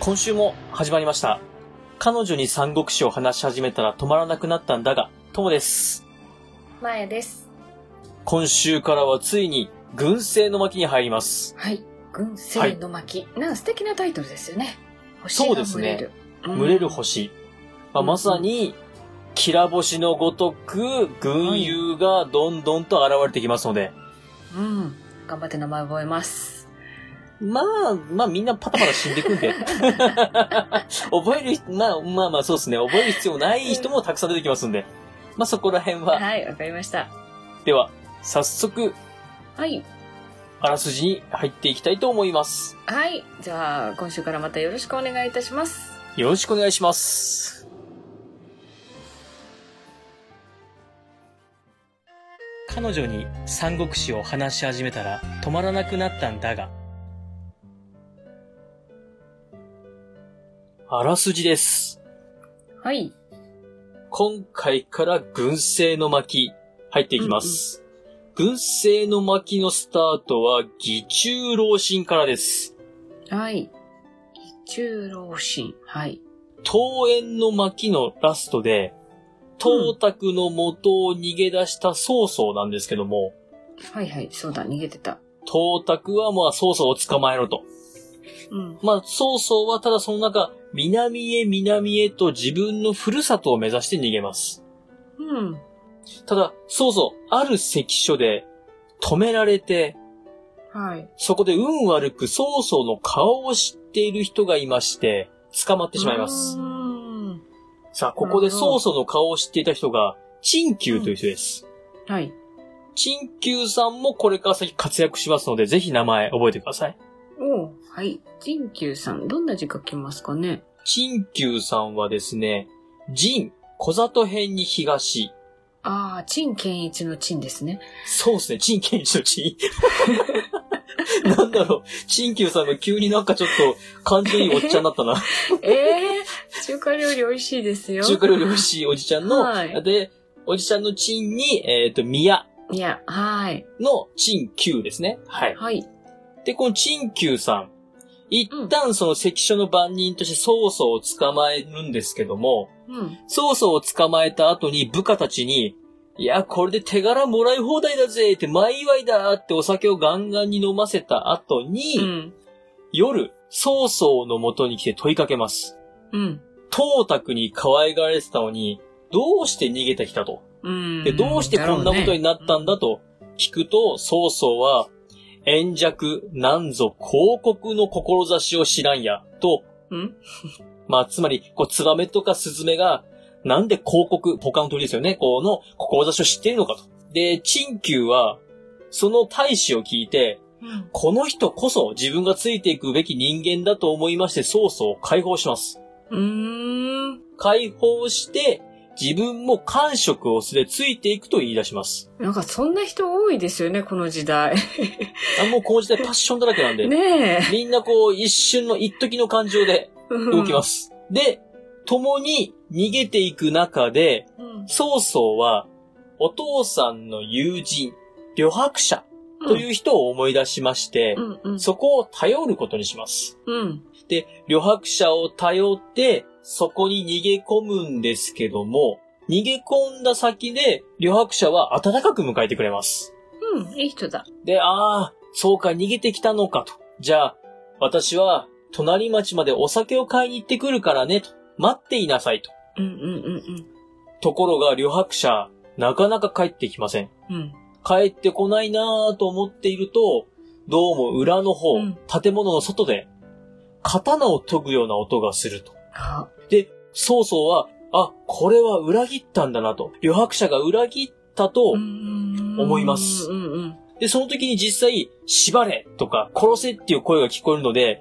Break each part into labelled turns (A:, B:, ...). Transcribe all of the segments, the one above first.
A: 今週も始まりました。彼女に三国志を話し始めたら止まらなくなったんだが、ともです。
B: まやです。
A: 今週からはついに、軍政の巻に入ります。
B: はい。軍政の巻。なんか素敵なタイトルですよね。星が群れる。うん
A: 群れる。星。まあ、
B: うん
A: まさに、きら星のごとく、軍友がどんどんと現れてきますので、
B: うん。頑張って名前覚えます。
A: まあ、まあみんなパタパタ死んでくんで。 覚える人、まあまあまあそうですね。覚える必要ない人もたくさん出てきますんで。まあそこら辺は。
B: はい、わかりました。
A: では、早速、
B: はい。
A: あらすじに入っていきたいと思います。
B: はい。じゃあ、今週からまたよろしくお願いいたします。
A: よろしくお願いします。彼女に三国志を話し始めたら止まらなくなったんだが。あらすじです。
B: はい。
A: 今回から軍政の巻入っていきます。軍政の巻のスタートは義中老臣からです。
B: はい。義中老神。はい。
A: 桃園の巻のラストで、東卓の元を逃げ出した曹操なんですけども、
B: はいはい。そうだ、逃げてた。
A: 東卓はまあ曹操を捕まえろと。
B: うん。
A: まあ曹操はただその中、南へ南へと自分の故郷を目指して逃げます。
B: うん。
A: ただ、曹操、ある関所で止められて、
B: はい。
A: そこで運悪く曹操の顔を知っている人がいまして、捕まってしまいます
B: う。ん。
A: さあ、ここで曹操の顔を知っていた人が、陳旧という人です。
B: はい。
A: 陳旧さんもこれから先活躍しますので、ぜひ名前覚えてください。
B: おうはい。陳旧さん、どんな字書きますかね
A: 陳旧さんはですね、仁、小里編に東。
B: ああ、陳健一の陳ですね。
A: そうですね、陳健一の陳。 なんだろう、陳旧さんが急になんかちょっと感じのいいおっちゃんだったな。
B: ええ中華料理美味しいですよ。
A: 中華料理美味しいおじちゃんの、
B: はい
A: で、おじちゃんの陳に、えっ、と、宮
B: いや、はい。
A: の陳旧ですね。はい。
B: はい。
A: で、この陳旧さん、一旦その関所の番人として曹操を捕まえるんですけども、
B: うん。
A: 曹操を捕まえた後に部下たちに、いや、これで手柄もらい放題だぜって、前祝いだってお酒をガンガンに飲ませた後に、
B: うん。
A: 夜、曹操の元に来て問いかけます。
B: うん。
A: 董卓に可愛がられてたのに、どうして逃げてきたと。
B: うん。
A: で、どうしてこんなことになったんだと聞くと、曹操は、炎弱、なんぞ、広告の志を知らんや、と、
B: うん
A: まあ、つまり、こう、ツバメとかスズメが、なんで広告、他の鳥ですよね、この、志を知っているのかと。で、陳旧は、その大使を聞いて、
B: うん。
A: この人こそ自分がついていくべき人間だと思いまして曹操を解放します。
B: うーん。
A: 解放して、自分も官職をすれついていくと言い出します。
B: なんかそんな人多いですよね、この時代。
A: あもうこの時代パッションだらけなんで、
B: ねえ。。
A: みんなこう一瞬の一時の感情で動きますす。で、共に逃げていく中で、
B: うん。
A: 曹操はお父さんの友人、旅白者という人を思い出しまして
B: う、ん。うん。
A: そこを頼ることにします。
B: うん。
A: で、旅白者を頼って、そこに逃げ込むんですけども、逃げ込んだ先で、旅白者は温かく迎えてくれます。
B: うん。いい人だ。
A: で、ああ、そうか、逃げてきたのかと。じゃあ、私は、隣町までお酒を買いに行ってくるからね、と。待っていなさい、と。
B: うんうんうん
A: ところが、旅白者、なかなか帰ってきません。
B: うん。うん。
A: 帰ってこないなぁと思っていると、どうも裏の方、
B: うん
A: 建物の外で、刀を研ぐような音がすると。
B: は
A: 曹操は、あ、これは裏切ったんだなと。旅白者が裏切ったと、思
B: 思
A: います
B: うんうん
A: で、その時に実際、縛れとか、殺せっていう声が聞こえるので、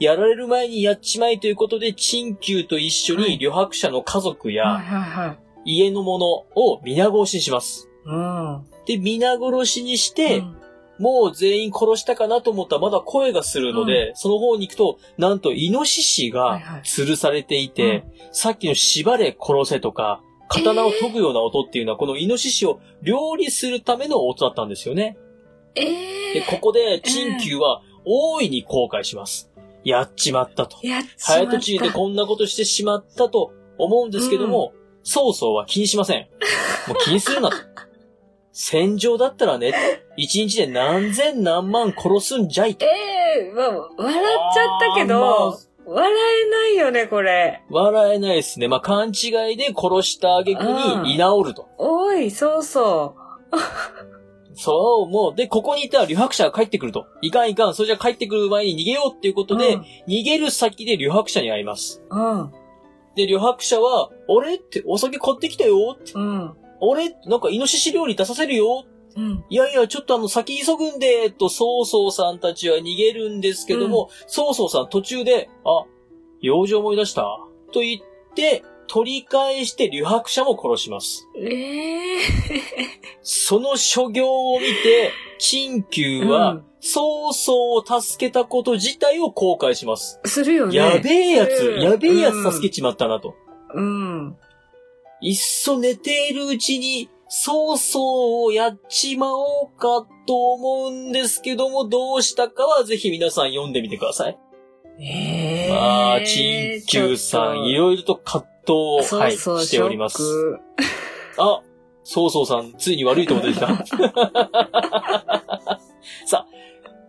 A: やられる前にやっちまえということで、陳旧と一緒
B: は
A: に
B: い
A: 旅白者の家族
B: うん。はい
A: や
B: はいはい。
A: 家の者を皆殺しにします。
B: うん。
A: で、皆殺しにして、
B: うん
A: もう全員殺したかなと思ったらまだ声がするので、その方に行くと、なんとイノシシ
B: は
A: が
B: いはい
A: 吊るされていて、さっきの縛れ殺せとか、刀を研ぐような音っていうのは、このイノシシを料理するための音だったんですよね。
B: ええ
A: で、ここで、陳旧は大いに後悔します。やっちまったと。
B: やっちま
A: 早
B: った。
A: とちりでこんなことしてしまったと思うんですけども、曹操は気にしません。もう気にするなと。戦場だったらね、一日で何千何万殺すんじゃいと。
B: ええまあ、笑っちゃったけど、
A: あ
B: 笑えないよね、これ。
A: 笑えないですね。まあ、勘違いで殺した挙句に居直ると。
B: おい、そうそ
A: そう、もう、で、ここにいた旅白者が帰ってくると。いかんいかん、それじゃ帰ってくる前に逃げようっていうこ
B: う。
A: とで、
B: うん、
A: 逃げる先で旅白者に会います。
B: うん、
A: で、旅白者は、あれって、お酒買ってきたよって。
B: うん、
A: あれなんか、イノシシ料理出させるよ
B: うん。
A: いやいや、ちょっとあの、先急ぐんで、と、曹操さんたちは逃げるんですけども、曹操さん途中で、あ、用事思い出したと言って、取り返して旅白者も殺します。
B: ええ
A: その所業を見て、陳旧は、
B: うん
A: 曹操を助けたこと自体を後悔します。
B: するよね。
A: やべえやつ、
B: うん
A: やべえやつ助けちまったなと。
B: うん。
A: いっそ寝ているうちに、曹操をやっちまおうかと思うんですけども、どうしたかはぜひ皆さん読んでみてください。
B: ええ
A: まあ、陳旧さん、いろいろと葛藤を、はい、しておりま。
B: そう
A: す。
B: そう
A: あ、曹操さん、ついに悪いとこ 出てきた。さあ、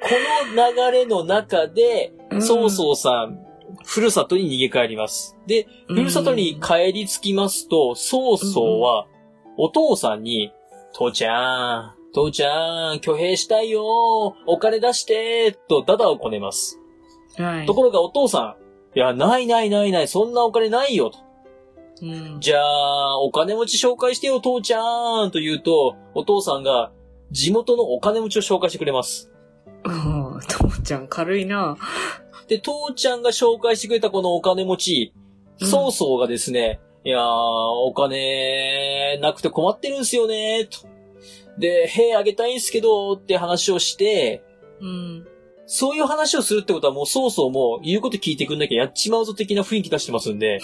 A: この流れの中で、
B: ショックうん
A: 曹操さん、ふるさとに逃げ帰ります。で、ふるさとに帰り着きますと、曹操は、お父さんに、父ちゃん、父ちゃん、挙兵したいよ、お金出して、とダダをこねます。
B: はい
A: ところがお父さん、いや、ないないないない、そんなお金ないよ、と。
B: うん
A: じゃあ、お金持ち紹介してよ、父ちゃん、と言うと、お父さんが、地元のお金持ちを紹介してくれます。
B: うん 父ちゃん軽いな。
A: で、父ちゃんが紹介してくれたこのお金持ち、
B: うん
A: 曹操がですね、いやー、お金、なくて困ってるんすよね、と。で、兵あげたいんすけど、って話をして、
B: うん。
A: そういう話をするってことはもう曹操も言うこと聞いてくんなきゃやっちまうぞ的な雰囲気出してますん で、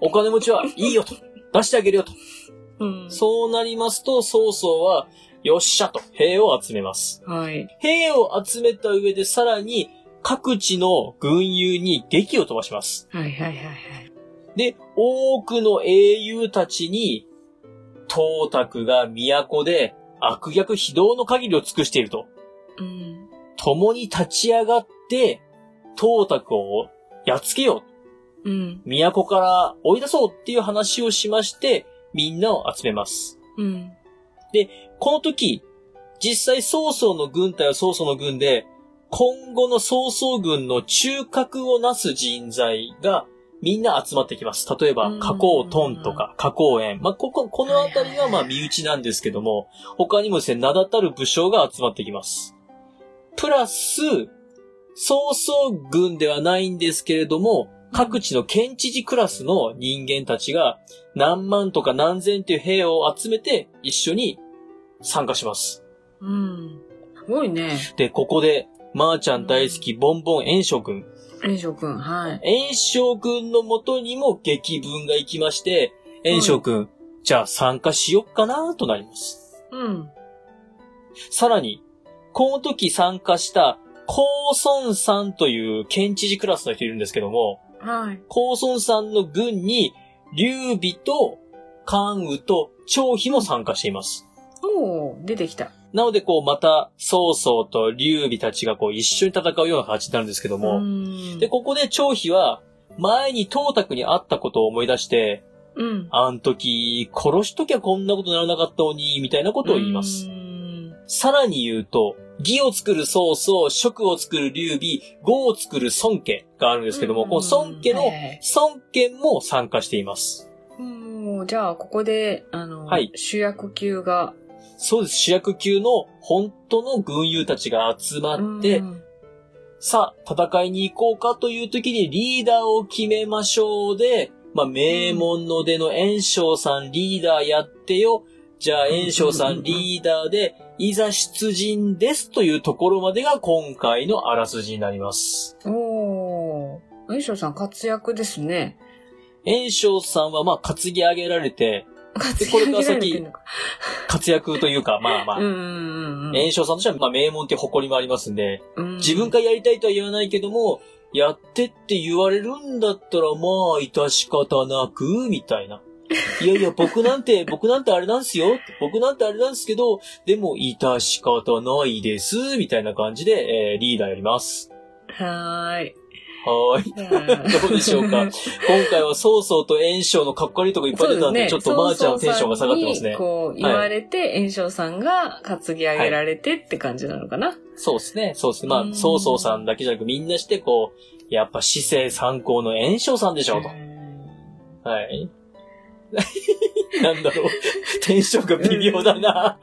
A: お金持ちはいいよと。出してあげるよと。
B: うん。
A: そうなりますと、曹操は、よっしゃと、兵を集めます。
B: はい。
A: 兵を集めた上でさらに各地の軍友に劇を飛ばします。
B: はいはいはいはい。
A: で、多くの英雄たちに、董卓が都で悪逆非道の限りを尽くしていると。
B: うん。
A: 共に立ち上がって、董卓をやっつけよ
B: うん。
A: う。都から追い出そうっていう話をしまして、みんなを集めます。
B: うん。
A: この時、実際曹操の軍隊は曹操の軍で、今後の曹操軍の中核をなす人材がみんな集まってきます。例えば
B: う、ん
A: 加工トンとか、加工園。まあ、ここ、このあたりはまあ身内なんですけども、他にもですね、名だたる武将が集まってきます。プラス、曹操軍ではないんですけれども、各地の県知事クラスの人間たちが何万とか何千という兵を集めて一緒に参加します。
B: うん。すごいね。
A: で、ここで、まーちゃん大好きボンボン炎章くん。
B: 炎上くん、はい。
A: 炎章くんのもとにも劇文が行きまして、炎章くん、じゃあ参加しよっかなとなります。
B: うん。
A: さらに、この時参加した、高孫さんという県知事クラスの人いるんですけども、
B: はい。
A: 高孫さんの軍に、劉備と関羽と張飛も参加しています。
B: おー、出てきた。
A: なので、こう、また、曹操と劉備たちがこう、一緒に戦うような形になるんですけども、
B: ん
A: で、ここで張飛は、前に董卓に会ったことを思い出して、
B: うん。
A: あん時、殺しときゃこんなことならなかったのに、みたいなことを言います。
B: うん。
A: さらに言うと、義を作る曹操、職を作る劉備、語を作る孫家があるんですけども、
B: うん
A: この孫家の
B: はいはい
A: 孫権も参加しています。
B: もう、じゃあ、ここで、あの、
A: はい
B: 主役級が。
A: そうです。主役級の本当の軍友たちが集まって、
B: うん
A: さあ、戦いに行こうかという時にリーダーを決めましょうで、まあ、名門の出の炎章さんリーダーやってよ。じゃあ炎章さ
B: うんうん
A: ん
B: うんうん
A: リーダーで、いざ出陣ですというところまでが今回のあらすじになります。
B: おー。炎上さん活躍ですね。
A: 炎章さんはまあ担ぎ上げられて、
B: 活
A: これ
B: 躍
A: から
B: さ
A: 先
B: れてるのか。
A: 活躍というか、まあまあ
B: うん、うんうん。
A: 炎章さんとしては、まあ名門って誇りもありますんで、
B: うん
A: 自分がやりたいとは言わないけども、やってって言われるんだったら、まあ、致し方なく、みたい な。いやいや、僕なんて、僕なんてあれなんすよ。僕なんてあれなんですけど、でも、致し方ないです、みたいな感じで、えーリーダーやります。
B: はーい。
A: は ーい。どうでしょうか今回は、曹操と炎章のかっこ悪いとこいっぱい出たんで、ちょっとまーちゃんのテンションが下がってますね
B: そう。そうさんにこう言われて、炎症さんが担ぎ上げられてって感じなのかな。
A: そうですね。そうですね。まあ、
B: うん
A: 曹操さんだけじゃなく、みんなして、こう、やっぱ、姿勢参考の炎章さんでしょう、と。はい。 なんだろう。テンションが微妙だ な。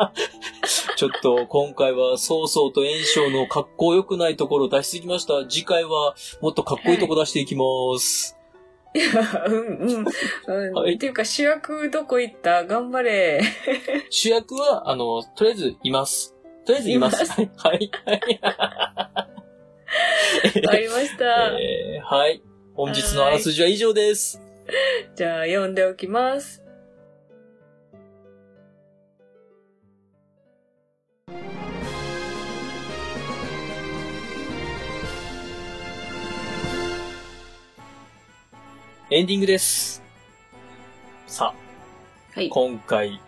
A: ちょっと、今回は、曹操と炎章の格好良くないところを出しすぎました。次回は、もっとかっこいいとこ出していきます。
B: うんうん
A: は
B: う
A: い
B: ん。っていうか主役どこ行った頑張 れ。
A: 主役は、あの、とりあえず、います。とりあえず、います。
B: いま
A: はい。はい。
B: わかりました。
A: えーはい。本日のあらすじは以上です。
B: じゃあ読んでおきます。
A: エンディングです。さあ、
B: はい。
A: 今回、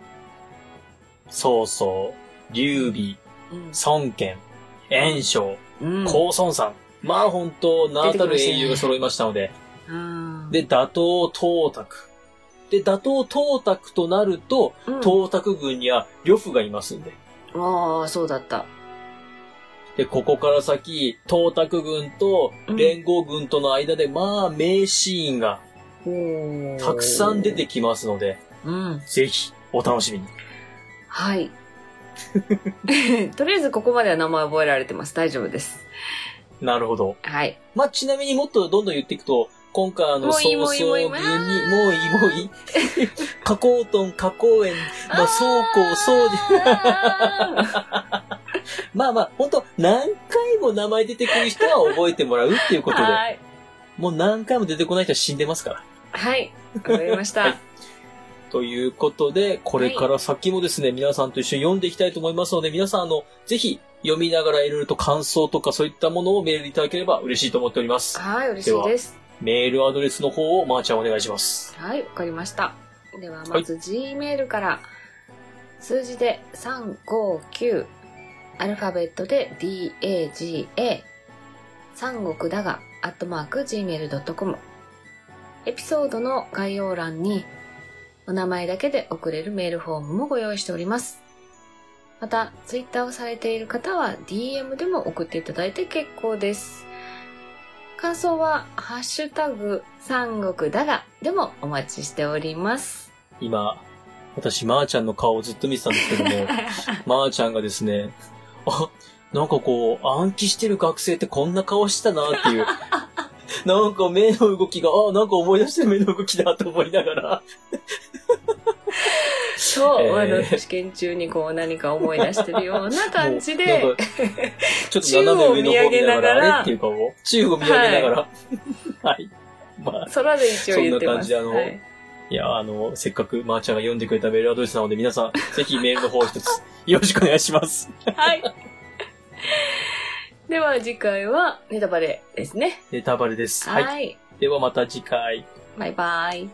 A: 曹操、劉備、
B: うん
A: 孫権、袁紹、
B: うん
A: 高孫さん。まあ本当、名あたる英雄が揃いましたので。
B: うん
A: で、打倒董卓。で、打倒董卓となると、
B: うん
A: 董卓軍には呂布がいますんで。
B: ああ、そうだった。
A: で、ここから先、董卓軍と連合軍との間で、まあ名シーンがたくさん出てきますので、
B: うん。
A: ぜひお楽しみに。
B: はい。 とりあえずここまでは名前覚えられてます。大丈夫です。
A: なるほど。
B: はい。
A: まあ、ちなみにもっとどんどん言っていくと、今回あの、
B: も
A: 曹
B: ういい
A: 操軍に、も
B: も
A: うい
B: う
A: い
B: いいもういい、
A: もういい。 加工トン、加工園、まあ、倉庫、そうで、
B: あ
A: まあまあ、ほんと、何回も名前出てくる人は覚えてもらうっていう
B: ー
A: ことで、
B: はい。
A: もう何回も出てこない人は死んでますから。
B: はい。わかりました。
A: はいということで、これから先もですね、皆さんと一緒に読んでいきたいと思いますので、皆さんあの、ぜひ読みながらいろいろと感想とかそういったものをメールいただければ嬉しいと思っております。
B: はい、嬉しいです。
A: メールアドレスの方をまーちゃんお願いします。
B: はい、わかりました。では、まず G メールから、数字で359、アルファベットで DAGA、三国だが、アットマーク Gmail.com。エピソードの概要欄に、お名前だけで送れるメールフォームもご用意しております。また、ツイッターをされている方は DM でも送っていただいて結構です。感想は、ハッシュタグ、三国だが、でもお待ちしております。
A: 今、私、まーちゃんの顔をずっと見てたんですけども、まーちゃんがですね、あ、なんかこう、暗記してる学生ってこんな顔してたなって いう。なんか目の動きが、あ、なんか思い出してる目の動きだと思いながら。
B: そう、
A: えー
B: あの、試験中にこう何か思い出してるような感じ
A: もうな
B: で
A: ん、かちょっと斜め上の方を見ながら、あれっていう顔を。宙を見上げながら。はい。まあ、
B: 空で一応言ってます。
A: そんな感じであの
B: はい
A: いや、あの、せっかくまーちゃんが読んでくれたメールアドレスなので、皆さん、ぜひメールの方一つ、よろしくお願いします。
B: はい。では次回はネタバレですね。
A: ネタバレです。は
B: はい。
A: い。ではまた次回。
B: バイバイ。